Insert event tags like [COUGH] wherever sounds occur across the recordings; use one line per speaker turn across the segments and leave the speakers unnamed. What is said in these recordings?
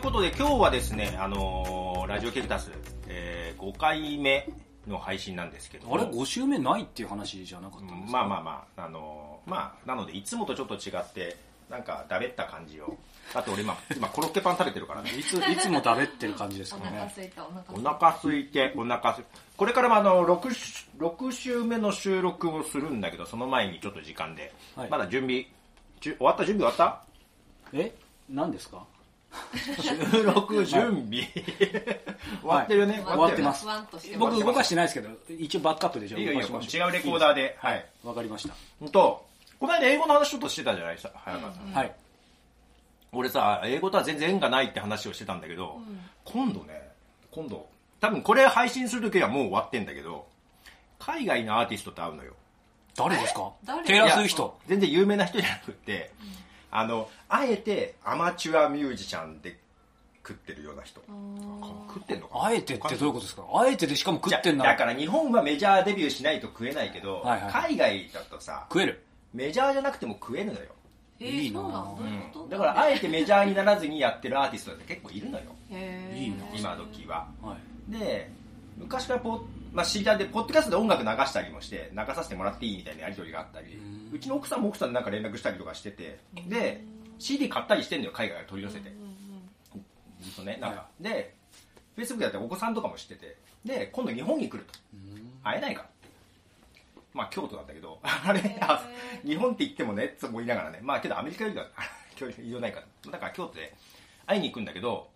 ことで今日はですね、あのーラジオケクタス、えー5回目の配信なんですけども
あれ5週目ないっていう話じゃなかったんですか、
まあまあまあ、あのーまあ、なのでいつもとちょっと違って、なんかだべった感じを。あと俺今、今コロッケパン食べてるからね。
[LAUGHS] いついつもだべってる感じです
お
か
腹
ね
空いたお腹空
お
い
腹空いて、お腹すいこれからもあの6し、6週目の収録をするんだけど、その前にちょっと時間で。
はい
まだ準備、じゅ終わった準備終
[LAUGHS]
わっ
え何ですか
た収録準備。 [LAUGHS] 終わってるよね。
た
終わって
るよね
ます
ふわんとして
僕動かしてないですけど一応バックアップでじゃあ
いいよいい
動
よ
かしましょ
違うレコーダーで。はい。
うわかりました、
ほんと、この間英語の話ちょっとしてたじゃないですか、早川さん。
はい
俺さ、英語とは全然縁がないって話をしてたんだけど、今度ね、今度、多分これ配信するときはもう終わってんだけど、海外のアーティストと会うのよ。
誰ですか
誰
テイラー・スウィフト
全然有名な人じゃなくて、あの、あえてアマチュアミュージシャンで食ってるような人。食ってんのかな
あえてってどういうことですかあえてでしかも食ってんな
じゃあ
ら
だから日本はメジャーデビューしないと食えないけど、
はいはい
海外だとさ、
食える
メジャーじゃなくても食えるのよ。
え
いい
ー、
な
そうなのどういうこと、
だからあえてメジャーにならずにやってるアーティストって結構いるのよ
へー
いいな
今時は
はい
で昔からポッ、まあ、知りたいでポッドキャストで音楽流したりもして流させてもらっていいみたいなやり取りがあったり
うん
うちの奥さんも奥さんになんか連絡したりとかしててで CD 買ったりしてんのよ海外から取り寄せてずっとねなんか
は
で Facebook だったらお子さんとかも知っててで今度日本に来ると会えないからまあ京都なんだけど [LAUGHS] あれあ日本って言ってもねって思いながらねまあけどアメリカよりは [LAUGHS] 距離移動ないからだから京都で会いに行くんだけど、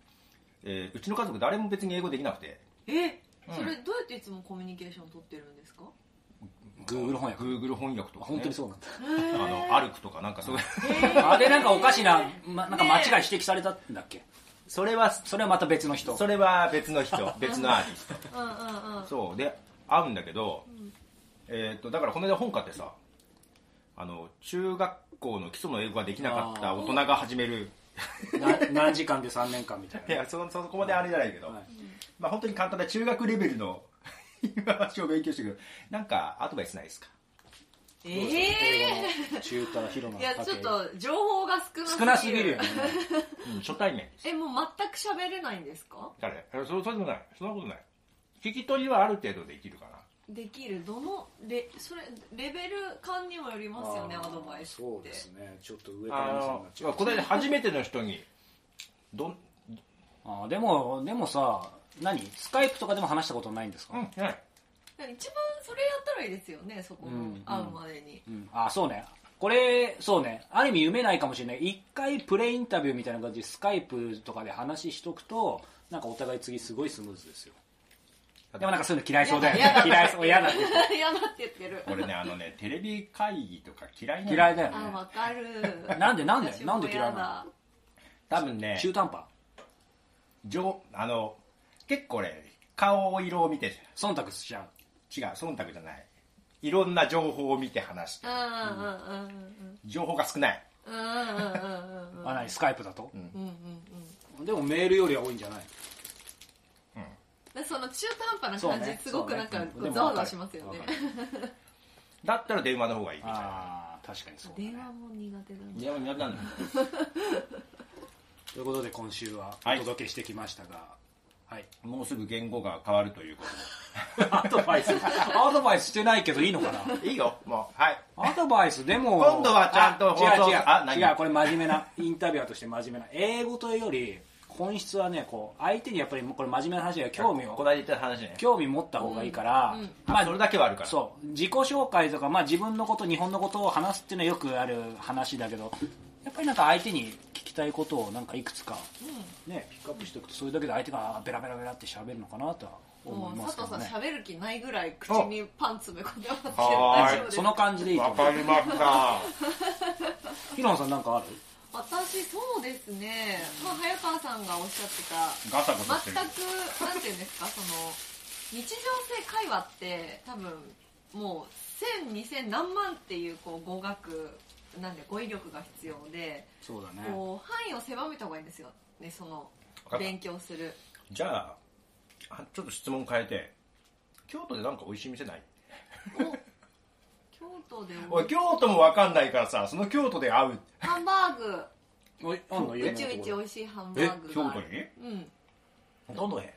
えーうちの家族誰も別に英語できなくて
え
うん
それどうやっていつもコミュニケーション取ってるんですか
Google 翻訳
Google 翻訳とか、ね、
本当にそうなんだ
あの歩くとかなんかそういう
あれなんかおかしな、ま、なんか間違い指摘されたんだっけ
それは
それはまた別の人
それは別の人別のアーティスト
うんうんうん
そうで会うんだけど、えーっとだからこの間本買ってさあの中学校の基礎の英語ができなかった大人が始める
な何時間で3年間みたい
いやそそこまであれじゃないけど、
な、はい
まあ本当に簡単な中学レベルの [LAUGHS] 話を勉強してくるなんかアドバイスないですか
え
え中華広
ー、
間
いやちょっと情報が少な
少なすぎるよね
初対面
えもう全く喋れないんですか
誰そそうでもないそんなことない聞き取りはある程度できるかな
できるどのレそれレベル感にもよりますよねアドバイスって
そうですねちょっと上から目線
あ
になっちゃ
の
う
この間初めての人にどん
あーでもでもさ何スカイプとかでも話したことないんです
う
か、
んない
一番それやったらいいですよねそこ
うん
の
うん
会うまでに、 [LAUGHS]
うんあーそうねこれそうねある意味夢ないかもしれない一回プレインタビューみたいな感じでスカイプとかで話しとくとなんかお互い次すごいスムーズですよでもなんかそういうの嫌いそうだよね嫌いそう
[LAUGHS]
嫌だね
嫌だって言ってる
俺ねあのねテレビ会議とか嫌いなの
嫌いだよ
あ
ね
わかる
[LAUGHS] なんでなんで
私も
なんで嫌いなの
やだ
多分ね
中途半端
上あの結構ね顔色を見て
忖度しちゃう
違う忖度じゃないいろんな情報を見て話して
うん
情報が少ない
うんうんうんうんうんうんうんうん
あ何スカイプだと、
うんうんうん
でもメールよりは多いんじゃない
でその中途半端
そう
な
ね
感じすごくなんか
そうね
こ
で
う
も
ざわざわしますよね
わかる
だったら電話の方がいいみたいな
ああ確かにそうだね
電話も苦手だな
電話になくなるんだよ
ということで今週はお
はい
届けしてきましたが、はい、
もうすぐ言語が変わるというこ
アドバイスアドバイスしてないけどいいのかな
とでいいよもうはい
アドバイスでも
今度はちゃんと放送
あ違う
あ
違う
何
違うこれ真面目なインタビュアーとして真面目な英語というより本質はねこう相手にやっぱりこれ真面目な話が興味
こ
を
ないだ言った話ね
興味持った方がいいから、
うんうん
まあ
それだけはあるから
そう自己紹介とか、まあ、自分のこと日本のことを話すっていうのはよくある話だけどやっぱりなんか相手に聞きたいことをなんかいくつか、ね、ピックアップしておくとそれだけで相手がベラベラベラって喋るのかなとは
も
思いうますけ
佐藤
ど
さん
ね
喋る気ないぐらい口にパン詰め込んでますけど
は
大
ーい
丈夫です
その感じでいいと
わ
思う
かりました
ヒロンさんなんかある
私そうですね、まあ、早川さんがおっしゃってた
ガサガサして
全
る
くなんていうんですかその日常性会話って多分もう1000、2000何万っていうこう語学なんで語彙力が必要で、
そうだね
こう範囲を狭めた方がいいんですよねその
かった
勉強する
じゃああちょっと質問変えて京都でなんか美味しい店ない
お京都で
お
も
い京都もわかんないからさその京都で会う
ハンバーグ
おいあんの家
宇
の
宙
と
一
こ
美
ろ
味しいハンバ
え
ーグ
京
が
都
あ
に
るうん
どの辺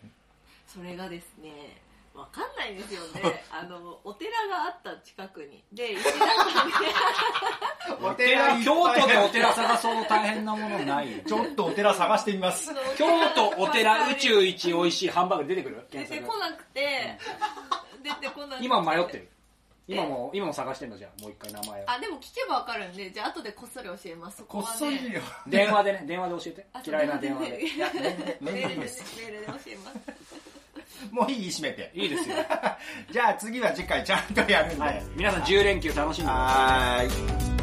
それがですねわかんないですよねあのお寺があった近くにで石段がね
お
京都でお寺探そう大変なものない [LAUGHS]
ちょっとお寺探してみます
そのお
京
寺が
都お寺宇宙
出
一美味しいハンバーグ出てくる検
て
索
こなくて出てこなくて
今迷ってる今も今も探してんのじゃあもう一回名前を
あでも聞けばわかるんでじゃあ後でこっそり教えますそこ
こ
は
っ
ね
そりよ
電話でね電話で教
あ
えて嫌いな電話で
いや [LAUGHS] メ
メールでい
ー
い
ルで
です
メールで教えます
もういい締めて
いいですよ
じゃあ次は次回ちゃんとやるんで
はい皆さん10連休楽しんでください
はーい